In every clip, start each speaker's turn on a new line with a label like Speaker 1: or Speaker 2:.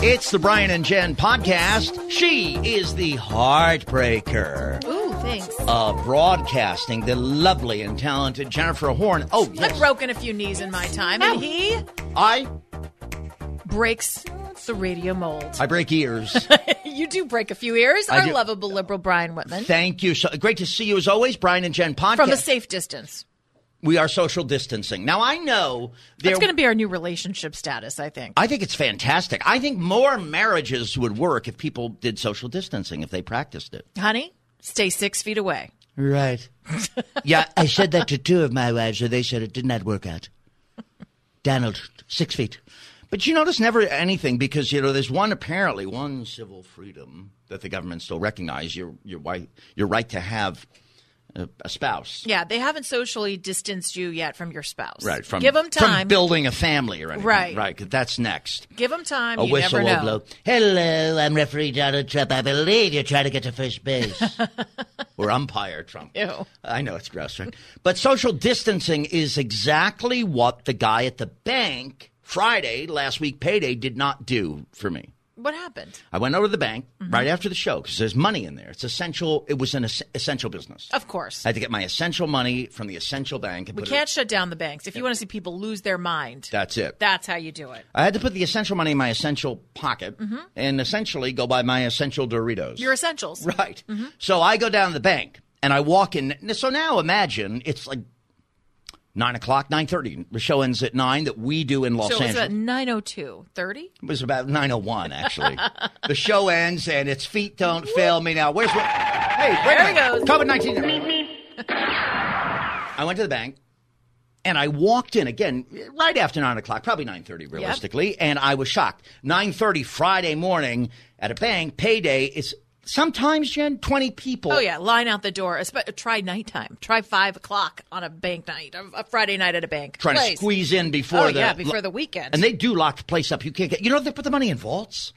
Speaker 1: It's the Brian and Jen podcast. She is the heartbreaker
Speaker 2: Ooh, thanks.
Speaker 1: of broadcasting, the lovely and talented Jennifer Horn. Oh,
Speaker 2: I've
Speaker 1: yes.
Speaker 2: broken a few knees in my time, and he
Speaker 1: I,
Speaker 2: breaks the radio mold.
Speaker 1: I break ears.
Speaker 2: you do break a few ears.
Speaker 1: I
Speaker 2: Our
Speaker 1: do.
Speaker 2: lovable liberal Brian Whitman
Speaker 1: Thank you. So great to see you as always, Brian and Jen podcast.
Speaker 2: from a safe distance.
Speaker 1: we are social distancing. Now, I know there
Speaker 2: That's going to be our new relationship status, I think.
Speaker 1: I think it's fantastic. I think more marriages would work if people did social distancing, if they practiced it.
Speaker 2: Honey, stay six feet away.
Speaker 1: Right. yeah, I said that to two of my wives, and they said it did not work out. Donald, six feet. But you notice never anything because you know there's one apparently one civil freedom that the government still recognizes your your right your right to have a, a spouse.
Speaker 2: Yeah, they haven't socially distanced you yet from your spouse.
Speaker 1: Right from
Speaker 2: give them
Speaker 1: from
Speaker 2: time.
Speaker 1: building a family or anything.
Speaker 2: Right.
Speaker 1: right. 'cause That's next.
Speaker 2: give them time.
Speaker 1: A
Speaker 2: you
Speaker 1: whistle
Speaker 2: never
Speaker 1: will
Speaker 2: know.
Speaker 1: blow. Hello, I'm referee Donald Trump. I believe you're trying to get to first base. or umpire Trump.
Speaker 2: Ew.
Speaker 1: I know it's gross, right? But social distancing is exactly what the guy at the bank Friday, last week, payday, did not do for me.
Speaker 2: What happened?
Speaker 1: I went over to the bank
Speaker 2: Mm-hmm.
Speaker 1: right after the show because there's money in there. It's essential. It was an es- essential business.
Speaker 2: Of course,
Speaker 1: I had to get my essential money from the essential bank. And
Speaker 2: we
Speaker 1: put
Speaker 2: can't
Speaker 1: It,
Speaker 2: shut down the banks. If you want to see people lose their mind,
Speaker 1: that's it.
Speaker 2: that's how you do it.
Speaker 1: I had to put the essential money in my essential pocket
Speaker 2: Mm-hmm.
Speaker 1: and essentially go buy my essential Doritos.
Speaker 2: Your essentials.
Speaker 1: Right. So I go down to the bank and I walk in. So now imagine it's like nine o'clock, nine thirty. The show ends at nine that we do in Los
Speaker 2: So it was
Speaker 1: Angeles.
Speaker 2: about 902, 30?
Speaker 1: it was about nine oh one actually. the show ends and it's feet don't fail me now. Where's what? Hey,
Speaker 2: There
Speaker 1: wait a
Speaker 2: it
Speaker 1: minute.
Speaker 2: goes.
Speaker 1: COVID nineteen. I went to the bank. And I walked in again right after nine o'clock, probably nine thirty realistically, and I was shocked. Nine thirty Friday morning at a bank, payday is sometimes Jen twenty people.
Speaker 2: Oh yeah, line out the door. Espe- Try nighttime. Try five o'clock on a bank night, a- a Friday night at a bank.
Speaker 1: trying to
Speaker 2: Please.
Speaker 1: squeeze in before
Speaker 2: Oh
Speaker 1: the
Speaker 2: yeah, before the weekend.
Speaker 1: and they do lock the place up. You can't get. You know they put the money in vaults.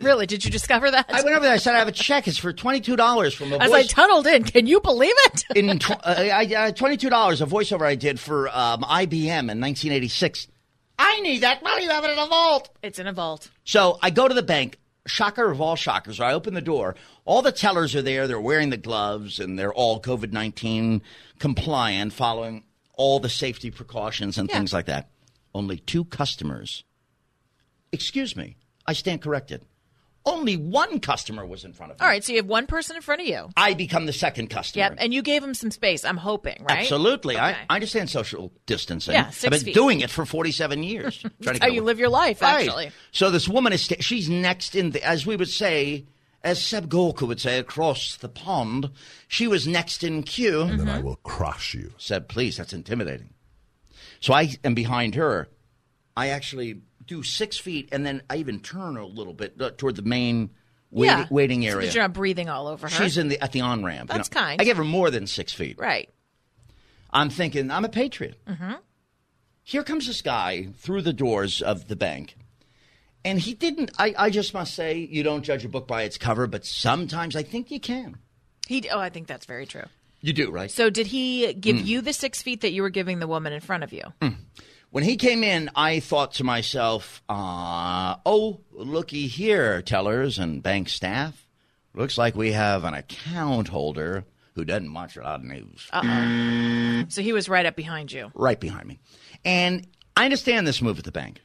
Speaker 2: really, did you discover that?
Speaker 1: I went over there. I said I have a check. It's for twenty two dollars from a
Speaker 2: As I
Speaker 1: voice.
Speaker 2: tunneled in, can you believe it?
Speaker 1: in tw- uh, I, I, twenty-two dollars a voiceover I did for um, IBM in nineteen eighty-six. I need that money. You have it in a vault.
Speaker 2: It's in a vault.
Speaker 1: So I go to the bank. Shocker of all shockers. I open the door. All the tellers are there. They're wearing the gloves and they're all COVID 19 compliant, following all the safety precautions and
Speaker 2: Yeah.
Speaker 1: things like that. Only two customers. Excuse me. I stand corrected. Only one customer was in front of me.
Speaker 2: All right, so you have one person in front of you.
Speaker 1: I become the second customer.
Speaker 2: Yep, and you gave him some space. I'm hoping, right?
Speaker 1: Absolutely. I,
Speaker 2: Okay.
Speaker 1: I understand social distancing.
Speaker 2: Yeah, six
Speaker 1: I've been
Speaker 2: feet.
Speaker 1: doing it for 47 years. trying to
Speaker 2: How
Speaker 1: get
Speaker 2: Oh, you
Speaker 1: away-
Speaker 2: live your life,
Speaker 1: Right.
Speaker 2: actually.
Speaker 1: So this woman is, sta- she's next in the, as we would say, as Seb Gorka would say, across the pond, she was next in queue.
Speaker 2: Mm-hmm.
Speaker 3: and I will crush you.
Speaker 1: Seb, please, that's intimidating. So I am behind her. I actually do six feet, and then I even turn a little bit uh, toward the main wait-
Speaker 2: yeah.
Speaker 1: waiting
Speaker 2: So
Speaker 1: area.
Speaker 2: that you're not breathing all over her.
Speaker 1: she's in the at the on ramp.
Speaker 2: uh-huh. That's kind.
Speaker 1: I gave her more than six feet.
Speaker 2: right.
Speaker 1: I'm thinking, I'm a patriot.
Speaker 2: Mm-hmm.
Speaker 1: Here comes this guy through the doors of the bank. And he didn't, I, I just must say, you don't judge a book by its cover, but sometimes I think you can.
Speaker 2: He. Oh, I think that's very true.
Speaker 1: You do, right?
Speaker 2: So did he give
Speaker 1: Hmm.
Speaker 2: you the six feet that you were giving the woman in front of you?
Speaker 1: Mm-hmm. When he came in, I thought to myself, uh, oh, looky here, tellers and bank staff. Looks like we have an account holder who doesn't watch a lot of news.
Speaker 2: Uh- So he was right up behind you.
Speaker 1: Right behind me. And I understand this move at the bank,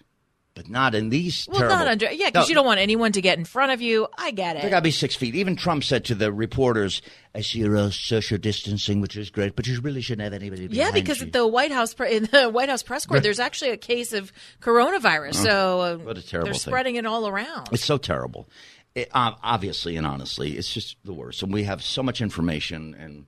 Speaker 1: but not in these
Speaker 2: Well,
Speaker 1: terrible.
Speaker 2: not under. Yeah, because
Speaker 1: No,
Speaker 2: you don't want anyone to get in front of you. I get
Speaker 1: They
Speaker 2: it.
Speaker 1: gotta be six feet. Even Trump said to the reporters, "I see you're all social distancing, which is great, but you really shouldn't have anybody."
Speaker 2: yeah,
Speaker 1: behind
Speaker 2: because
Speaker 1: you.
Speaker 2: at the White House pre- in the White House press corps, there's actually a case of coronavirus. so uh,
Speaker 1: Uh-huh. What a terrible
Speaker 2: they're
Speaker 1: thing.
Speaker 2: spreading it all around.
Speaker 1: it's so terrible. It, uh, obviously and honestly, it's just the worst. And we have so much information, and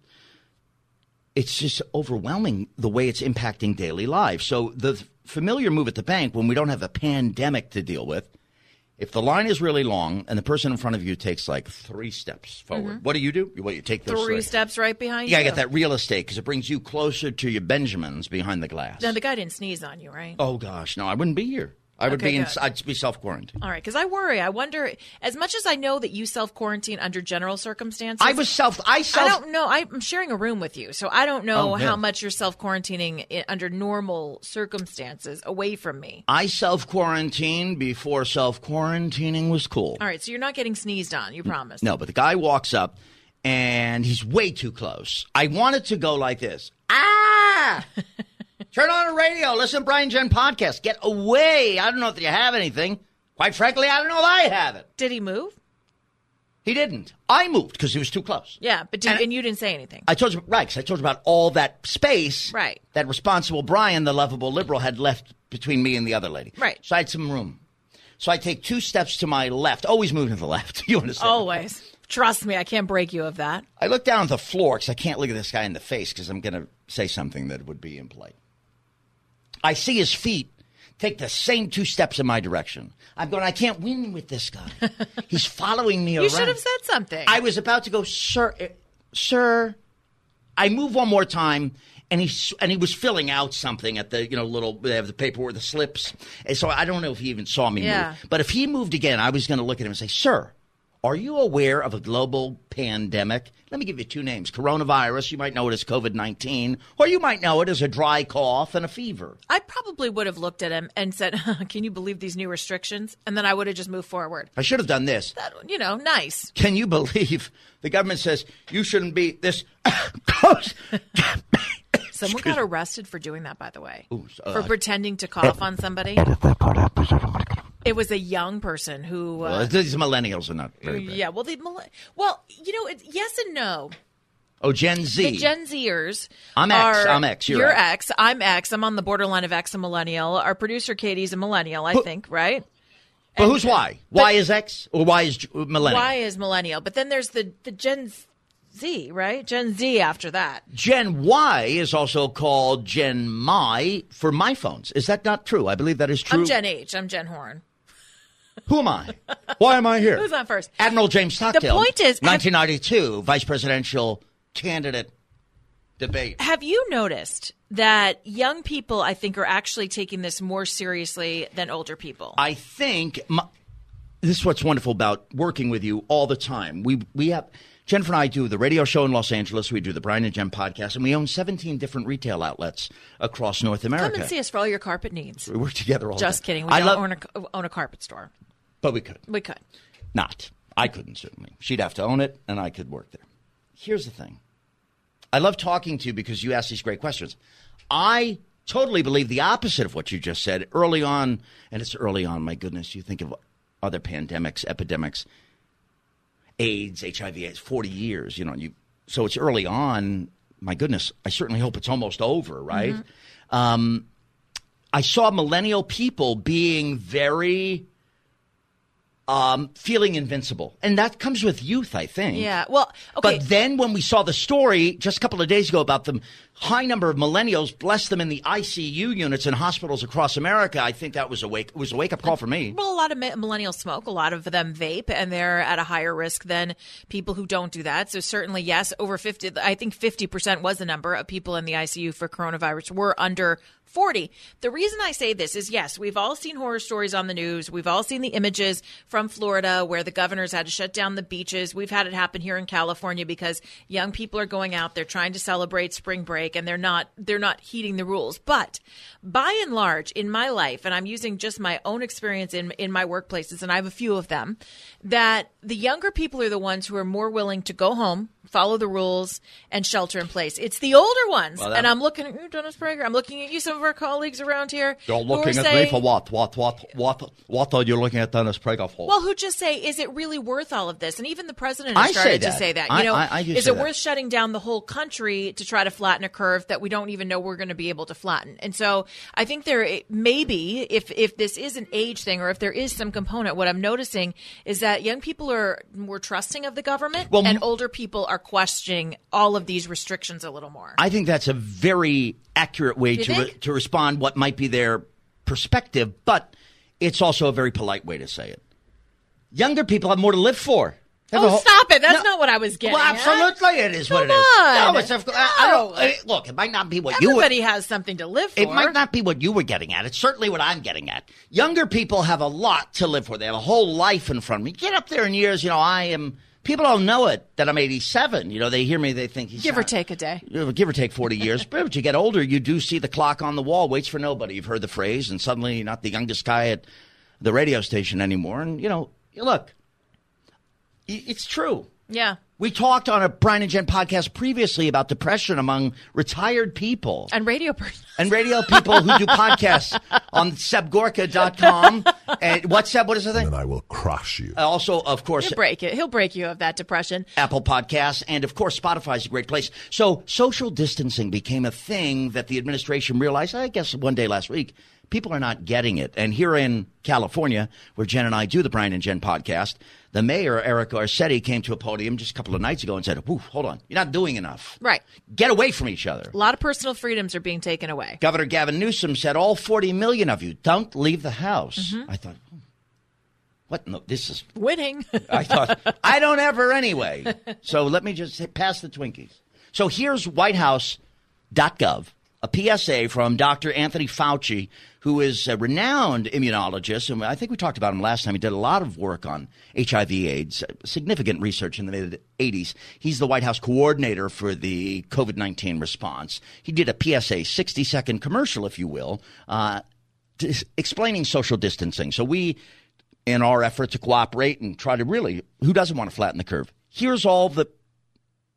Speaker 1: it's just overwhelming the way it's impacting daily life. So the f- familiar move at the bank when we don't have a pandemic to deal with. If the line is really long and the person in front of you takes like three steps forward, what do you do? You- Well, you take those
Speaker 2: Mm-hmm. Three
Speaker 1: three
Speaker 2: steps right behind
Speaker 1: You gotta
Speaker 2: you.
Speaker 1: get that real estate because it brings you closer to your Benjamins behind the glass.
Speaker 2: Now the guy didn't sneeze on you, right?
Speaker 1: oh gosh, no, I wouldn't be here. I would
Speaker 2: Okay,
Speaker 1: be in,
Speaker 2: good.
Speaker 1: I'd be self quarantined.
Speaker 2: All right, because I worry. I wonder. As much as I know that you self quarantine under general circumstances,
Speaker 1: I was self. I
Speaker 2: I
Speaker 1: self.
Speaker 2: don't know. I'm sharing a room with you, so I don't know
Speaker 1: Oh, yeah.
Speaker 2: how much you're self quarantining under normal circumstances away from me.
Speaker 1: I self quarantined before self quarantining was cool.
Speaker 2: All right, so you're not getting sneezed on. You promise?
Speaker 1: No, but the guy walks up and he's way too close. I wanted to go like this. Ah! Turn on the radio, listen to Brian Jen podcast. Get away. I don't know if you have anything. Quite frankly, I don't know if I have it.
Speaker 2: Did he move?
Speaker 1: He didn't. I moved because he was too close.
Speaker 2: Yeah, but did,
Speaker 1: And-
Speaker 2: and, you didn't say anything.
Speaker 1: I told you right. 'cause I told you about all that space,
Speaker 2: Right.
Speaker 1: That responsible Brian, the lovable liberal, had left between me and the other lady,
Speaker 2: Right.
Speaker 1: So I had some room. So I take two steps to my left, always moving to the left. You understand?
Speaker 2: Always. Trust me, I can't break you of that.
Speaker 1: I look down at the floor because I can't look at this guy in the face because I'm going to say something that would be impolite. I see his feet take the same two steps in my direction. I'm going. I can't win with this guy. He's following me around.
Speaker 2: You should have said something.
Speaker 1: I was about to go, sir, eh, sir. I move one more time, and he s- and he was filling out something at the you know little they have the paperwork, the slips, and so I don't know if he even saw me
Speaker 2: Yeah.
Speaker 1: move. But if he moved again, I was going to look at him and say, sir. Are you aware of a global pandemic? Let me give you two names coronavirus, you might know it as COVID 19, or you might know it as a dry cough and a fever.
Speaker 2: I probably would have looked at him and said, "Can you believe these new restrictions?" And then I would have just moved forward.
Speaker 1: I should have done this.
Speaker 2: That, you know, nice.
Speaker 1: Can you believe the government says you shouldn't be this close?
Speaker 2: Someone got arrested for doing that, by the way,
Speaker 1: uh,
Speaker 2: for pretending to cough on somebody. It was a young person who.
Speaker 1: Well,
Speaker 2: Uh,
Speaker 1: these millennials are not very big.
Speaker 2: yeah, well, the mille- well, you know, it's yes and no.
Speaker 1: Oh, Gen Z.
Speaker 2: The Gen Zers.
Speaker 1: I'm X,
Speaker 2: Are,
Speaker 1: I'm X, you're
Speaker 2: you're
Speaker 1: X.
Speaker 2: X. I'm X. I'm on the borderline of X and millennial. Our producer Katie's a millennial, I think, right?
Speaker 1: but who's Y? y is X or Y is J- uh, millennial?
Speaker 2: Y is millennial, but then there's the the Gen Z, right? Gen Z after that.
Speaker 1: Gen Y is also called Gen My for my phones. Is that not true? I believe that is true.
Speaker 2: I'm Gen H. I'm Gen Horn.
Speaker 1: Who am I? Why am I here?
Speaker 2: Who's on first?
Speaker 1: Admiral James Stockdale.
Speaker 2: point is-
Speaker 1: 1992 vice presidential candidate debate.
Speaker 2: Have you noticed that young people, I think, are actually taking this more seriously than older people?
Speaker 1: I think my, this is what's wonderful about working with you all the time. We we have Jennifer and I do the radio show in Los Angeles. We do the Brian and Jen podcast, and we own 17 different retail outlets across North America.
Speaker 2: Come and see us for all your carpet needs.
Speaker 1: We work together all the
Speaker 2: Just
Speaker 1: time.
Speaker 2: kidding. We
Speaker 1: I
Speaker 2: don't
Speaker 1: love,
Speaker 2: own, a, own a carpet store.
Speaker 1: but we could
Speaker 2: We could.
Speaker 1: not. I couldn't certainly. She'd have to own it, and I could work there. Here's the thing. I love talking to you because you ask these great questions. I totally believe the opposite of what you just said early on, and it's early on. My goodness, you think of other pandemics, epidemics, AIDS, HIV, AIDS, forty years. You know, you so it's early on. My goodness, I certainly hope it's almost over, right? Um, I saw millennial people being very um, feeling invincible, and that comes with youth, I think.
Speaker 2: Yeah. Well, okay.
Speaker 1: But then when we saw the story just a couple of days ago about the high number of millennials, bless them, in the ICU units in hospitals across America, I think that was a wake it was a wake up call for me.
Speaker 2: well, a lot of mi- millennials smoke. A lot of them vape, and they're at a higher risk than people who don't do that. So certainly, yes, over fifty. I think fifty percent was the number of people in the ICU for coronavirus were under forty. The reason I say this is, yes, we've all seen horror stories on the news. We've all seen the images from Florida where the governors had to shut down the beaches. We've had it happen here in California because young people are going out. They're trying to celebrate spring break, and they're not they're not heeding the rules. But by and large, in my life, and I'm using just my own experience in in my workplaces, and I have a few of them, that the younger people are the ones who are more willing to go home, follow the rules, and shelter in place. It's the older ones,
Speaker 1: Well, that-
Speaker 2: and I'm looking at you, Dennis Prager. I'm looking at you, some of our colleagues around here.
Speaker 1: You're
Speaker 2: who are
Speaker 1: looking at
Speaker 2: saying-
Speaker 1: me for what? What? What? What? What are you looking at Dennis Prager for?
Speaker 2: well, who just say, is it really worth all of this? And even the president
Speaker 1: I
Speaker 2: has
Speaker 1: say
Speaker 2: started to
Speaker 1: that.
Speaker 2: say that. You
Speaker 1: I-
Speaker 2: know,
Speaker 1: I- I do
Speaker 2: is
Speaker 1: say
Speaker 2: it
Speaker 1: that.
Speaker 2: worth shutting down the whole country to try to flatten a curve that we don't even know we're going to be able to flatten? And so I think there maybe if if this is an age thing or if there is some component, what I'm noticing is that young people are more trusting of the government,
Speaker 1: Well,
Speaker 2: and
Speaker 1: m-
Speaker 2: older people are questioning all of these restrictions a little more.
Speaker 1: I think that's a very accurate way to re-
Speaker 2: think?
Speaker 1: to respond what might be their perspective, but it's also a very polite way to say it. Younger people have more to live for. They have
Speaker 2: oh,
Speaker 1: a whole-
Speaker 2: stop it. That's
Speaker 1: No.
Speaker 2: not what I was getting.
Speaker 1: Well,
Speaker 2: at.
Speaker 1: absolutely, it is what it
Speaker 2: Come
Speaker 1: is.
Speaker 2: on.
Speaker 1: No, it's of, I, I don't.
Speaker 2: No.
Speaker 1: I mean, look, it might not be what you. Would,
Speaker 2: Everybody has something to live for.
Speaker 1: it might not be what you were getting at. It's certainly what I'm getting at. Younger people have a lot to live for. They have a whole life in front of me. Get up there in years, you know. I am. People don't know it that I'm 87. You know, they hear me, they think he's
Speaker 2: give or
Speaker 1: not-
Speaker 2: take a day.
Speaker 1: you know, give or take 40 years. But as you get older, you do see the clock on the wall waits for nobody. You've heard the phrase, and suddenly you're not the youngest guy at the radio station anymore. And, you know, look, i- it's true.
Speaker 2: Yeah.
Speaker 1: We talked on a Brian and Jen podcast previously about depression among retired people
Speaker 2: And radio person.
Speaker 1: and radio people who do podcasts on sebgorka.com. And what's Seb? What is the thing?
Speaker 3: and I will crush you.
Speaker 1: Also, of course,
Speaker 2: He'll break it. He'll break you of that depression.
Speaker 1: Apple Podcasts, and of course, Spotify is a great place. So, social distancing became a thing that the administration realized, I guess, one day last week. People are not getting it. And here in California, where Jen and I do the Brian and Jen podcast, the mayor, Eric Garcetti, came to a podium just a couple of nights ago and said, Woo, hold on, you're not doing enough.
Speaker 2: Right.
Speaker 1: Get away from each other.
Speaker 2: A lot of personal freedoms are being taken away.
Speaker 1: Governor Gavin Newsom said, All 40 million of you, don't leave the house. I thought, "Hmm, What? No, this is.
Speaker 2: Winning.
Speaker 1: I thought, I don't ever anyway. So let me just hit pass the Twinkies. So here's whitehouse.gov, a PSA from Dr. Anthony Fauci, who is a renowned immunologist. And I think we talked about him last time. He did a lot of work on HIV AIDS, significant research in the mid 80s. He's the White House coordinator for the COVID 19 response. He did a PSA 60 second commercial, if you will. Uh, dis- explaining social distancing. So we, in our effort to cooperate and try to really, who doesn't want to flatten the curve? Here's all the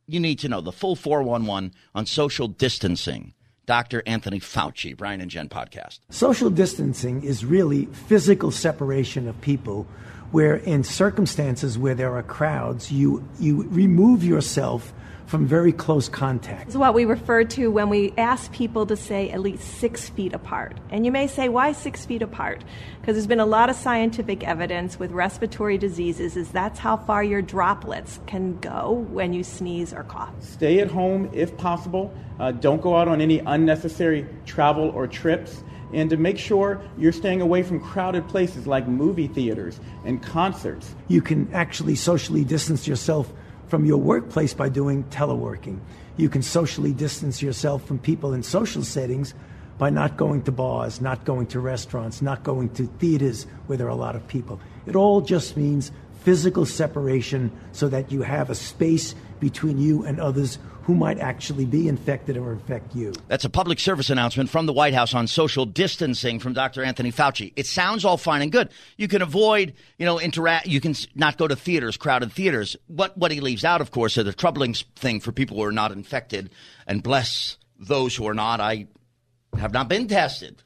Speaker 1: you need to know. The full 411 on social distancing. Dr. Anthony Fauci, Brian and Jen podcast.
Speaker 4: Social distancing is really physical separation of people where in circumstances where there are crowds you you remove yourself from very close contact.
Speaker 5: is what we refer to when we ask people to say at least six feet apart. And you may say, why six feet apart? Because there's been a lot of scientific evidence with respiratory diseases is that's how far your droplets can go when you sneeze or cough.
Speaker 6: Stay at home if possible. Uh, don't go out on any unnecessary travel or trips. And to make sure you're staying away from crowded places like movie theaters and concerts.
Speaker 4: You can actually socially distance yourself from your workplace by doing teleworking. You can socially distance yourself from people in social settings by not going to bars, not going to restaurants, not going to theaters where there are a lot of people. It all just means physical separation so that you have a space between you and others who might actually be infected or infect you.
Speaker 1: That's a public service announcement from the White House on social distancing from Dr. Anthony Fauci. It sounds all fine and good. You can avoid, you know, interact. You can s- not go to theaters, crowded theaters. What what he leaves out, of course, is a troubling s- thing for people who are not infected, and bless those who are not. I have not been tested.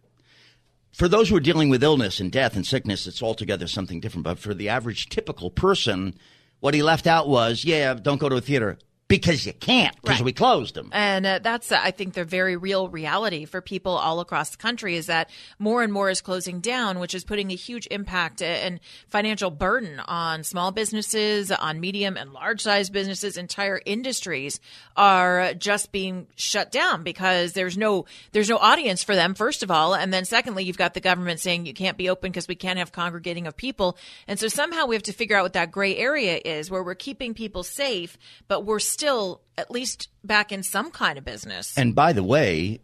Speaker 1: For those who are dealing with illness and death and sickness, it's altogether something different. But for the average typical person, what he left out was, yeah, don't go to a theater because you can't because
Speaker 2: Right.
Speaker 1: we closed them.
Speaker 2: And uh, that's, uh, I think, the very real reality for people all across the country is that more and more is closing down, which is putting a huge impact uh, and financial burden on small businesses, on medium and large size businesses. Entire industries are just being shut down because there's no there's no audience for them, first of all, and then secondly, you've got the government saying you can't be open because we can't have congregating of people, and so somehow we have to figure out what that gray area is where we're keeping people safe, but we're still at least back in some kind of business.
Speaker 1: And by the way,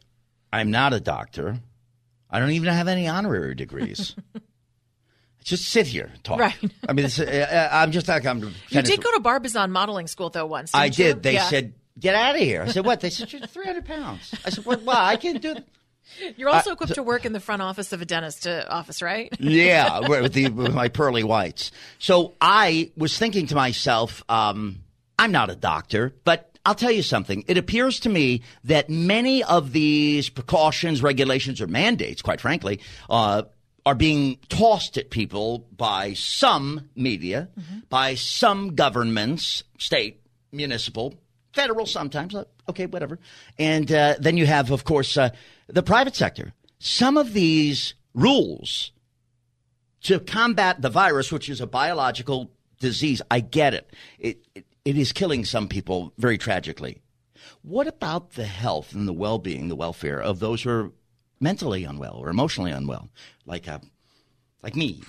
Speaker 1: I'm not a doctor. I don't even have any honorary degrees. I just sit here and talk.
Speaker 2: Right.
Speaker 1: I mean, it's, uh, uh, I'm just like I'm.
Speaker 2: you did go to Barbizon modeling school though once.
Speaker 1: I
Speaker 2: didn't you?
Speaker 1: did. They
Speaker 2: Yeah.
Speaker 1: said, "Get out of here." I said, "What?" They said, "You're 300 pounds." I said, "What? Why? I can't do." That.
Speaker 2: you're also
Speaker 1: uh,
Speaker 2: equipped to work in the front office of a dentist uh, office, right?
Speaker 1: yeah, with, the, with my pearly whites. So I was thinking to myself, um, I'm not a doctor, but I'll tell you something. It appears to me that many of these precautions, regulations, or mandates, quite frankly, uh, are being tossed at people by some media, by some governments, state, municipal, federal sometimes. uh, Okay, whatever. And uh, then you have, of course, uh, the private sector. Some of these rules to combat the virus, which is a biological disease. I get it. It, it, it is killing some people very tragically. What about the health and the well being, the welfare of those who are mentally unwell or emotionally unwell? Like, uh, like me.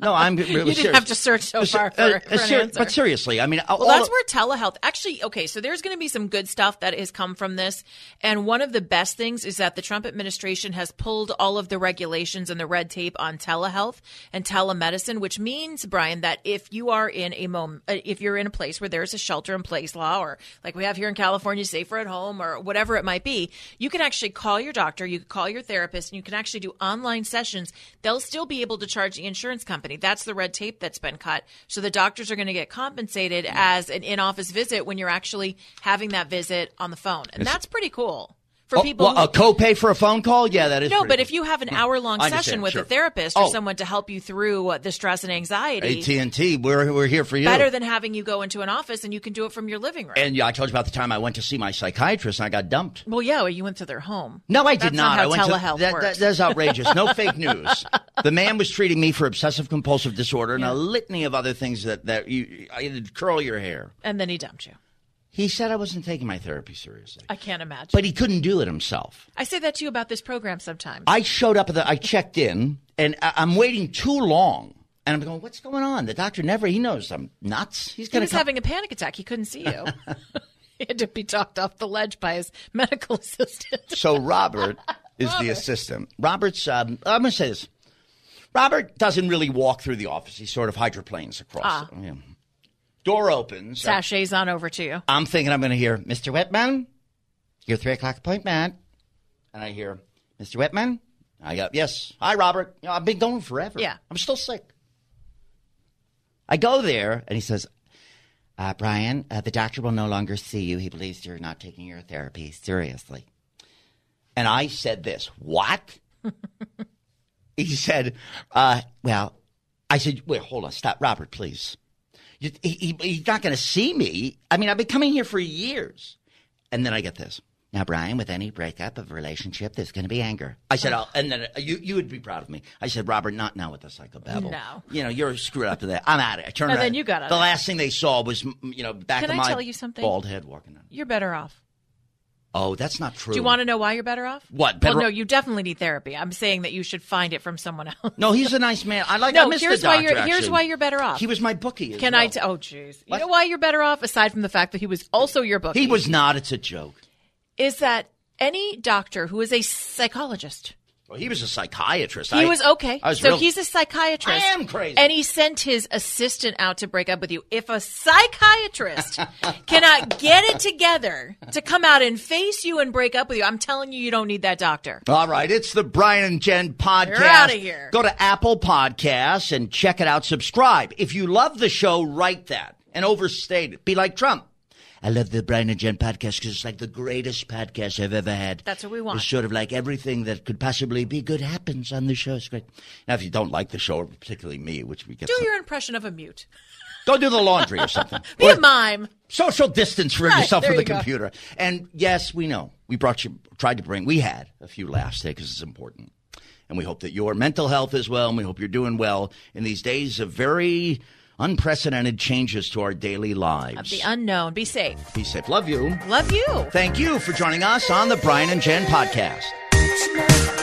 Speaker 1: no, I'm really
Speaker 2: You didn't
Speaker 1: serious. uh,
Speaker 2: have to search so far for- for an answer.
Speaker 1: But seriously, I mean, uh,
Speaker 2: Well, that's where telehealth actually, okay, so there's going to be some good stuff that has come from this. And one of the best things is that the Trump administration has pulled all of the regulations and the red tape on telehealth and telemedicine, which means, Brian, that if you are in a moment, if you're in a place where there's a shelter in place law or like we have here in California, safer at home or whatever it might be, you can actually call your doctor, you can call your therapist, and you can actually do online sessions. They'll still be able to charge the insurance company. That's the red tape that's been cut. So the doctors are going to get compensated
Speaker 1: Mm.
Speaker 2: as an in office visit when you're actually having that visit on the phone. And that's pretty cool for
Speaker 1: Oh,
Speaker 2: people.
Speaker 1: well,
Speaker 2: who,
Speaker 1: a copay for a phone call? Yeah, that is.
Speaker 2: no,
Speaker 1: pretty
Speaker 2: but
Speaker 1: cool.
Speaker 2: if you have an hour long
Speaker 1: I understand,
Speaker 2: session with
Speaker 1: sure.
Speaker 2: a therapist or
Speaker 1: Oh.
Speaker 2: someone to help you through uh, the stress and anxiety,
Speaker 1: AT&T, we're, we're here for you.
Speaker 2: better than having you go into an office and you can do it from your living room.
Speaker 1: and yeah, I told you about the time I went to see my psychiatrist and I got dumped.
Speaker 2: well, yeah, well, you went to their home.
Speaker 1: No, I
Speaker 2: That's
Speaker 1: did not.
Speaker 2: how
Speaker 1: I went
Speaker 2: telehealth
Speaker 1: to, that,
Speaker 2: works.
Speaker 1: that- that's outrageous. No fake news. The man was treating me for obsessive compulsive disorder and a litany of other things that that you I had curl your hair.
Speaker 2: and then he dumped you.
Speaker 1: He said I wasn't taking my therapy seriously,
Speaker 2: I can't imagine.
Speaker 1: but he couldn't do it himself.
Speaker 2: I say that to you about this program sometimes.
Speaker 1: I showed up at the, I checked in and I, I'm waiting too long. And I'm going, what's going on? The doctor never, he knows I'm nuts. He's
Speaker 2: he
Speaker 1: going
Speaker 2: was
Speaker 1: to come.
Speaker 2: having a panic attack. He couldn't see you. he had to be talked off the ledge by his medical assistant.
Speaker 1: So Robert is the assistant. Robert's. Um, I'm going to say this. Robert doesn't really walk through the office. He sort of hydroplanes across. it. Yeah. Door opens.
Speaker 2: Sachets on over to you.
Speaker 1: I'm thinking I'm going to hear Mr. Whitman, your three o'clock appointment, and I hear Mr. Whitman. I go, yes. Hi, Robert. You know, I've been going forever.
Speaker 2: Yeah.
Speaker 1: I'm still sick. I go there, and he says, uh, Brian, uh, the doctor will no longer see you. He believes you're not taking your therapy seriously. And I said this, what? he said, uh, well, I said, wait, hold on, stop, Robert, please. You- he- he- he's not going to see me. I mean, I've been coming here for years. And then I get this. Now, Brian, with any breakup of a relationship, there's going to be anger. I said, oh, and then uh, you, you would be proud of me. I said, Robert, not now with the psychobabble.
Speaker 2: No.
Speaker 1: You know, you're screwed up to that. I'm out of it. I turned
Speaker 2: And then
Speaker 1: around.
Speaker 2: you got out
Speaker 1: The
Speaker 2: of it.
Speaker 1: last thing they saw was, m- you know, back
Speaker 2: Can
Speaker 1: of
Speaker 2: I
Speaker 1: my
Speaker 2: tell you something?
Speaker 1: bald head walking out.
Speaker 2: You're better off.
Speaker 1: Oh, that's not true.
Speaker 2: Do you want to know why you're better off?
Speaker 1: What, better-
Speaker 2: Well, no, you definitely need therapy. I'm saying that you should find it from someone else.
Speaker 1: No, he's a nice man. I like. I
Speaker 2: No,
Speaker 1: miss
Speaker 2: here's
Speaker 1: the
Speaker 2: why
Speaker 1: doctor,
Speaker 2: you're- here's
Speaker 1: actually.
Speaker 2: why you're better off.
Speaker 1: He was my bookie. as
Speaker 2: Can
Speaker 1: well.
Speaker 2: I? T- oh, jeez. You
Speaker 1: What?
Speaker 2: know why you're better off, aside from the fact that he was also your bookie.
Speaker 1: he was not. It's a joke.
Speaker 2: Is that any doctor who is a psychologist?
Speaker 1: Well, he was a psychiatrist.
Speaker 2: He
Speaker 1: I,
Speaker 2: was okay.
Speaker 1: I was
Speaker 2: so
Speaker 1: real-
Speaker 2: he's a psychiatrist.
Speaker 1: I am crazy.
Speaker 2: And he sent his assistant out to break up with you. If a psychiatrist cannot get it together to come out and face you and break up with you, I'm telling you, you don't need that doctor.
Speaker 1: All right, it's the Brian and Jen podcast.
Speaker 2: You're outta here.
Speaker 1: Go to Apple Podcasts and check it out. Subscribe. If you love the show, write that and overstate it. Be like Trump. I love the Brian and Jen podcast because it's like the greatest podcast I've ever had.
Speaker 2: That's what we want.
Speaker 1: It's sort of like everything that could possibly be good happens on the show. It's great. Now, if you don't like the show, or particularly me, which we get,
Speaker 2: Do
Speaker 1: some-
Speaker 2: your impression of a mute.
Speaker 1: go do the laundry or something.
Speaker 2: Be
Speaker 1: Or-
Speaker 2: a mime.
Speaker 1: social distance for
Speaker 2: Right,
Speaker 1: yourself
Speaker 2: there
Speaker 1: from the
Speaker 2: you go.
Speaker 1: computer. And yes, we know we brought you, tried to bring, we had a few laughs today because it's important. And we hope that your mental health is well, and we hope you're doing well in these days of very unprecedented changes to our daily lives.
Speaker 2: The unknown. Be safe.
Speaker 1: Be safe. Love you.
Speaker 2: Love you.
Speaker 1: Thank you for joining us on the Brian and Jen podcast.
Speaker 3: It's not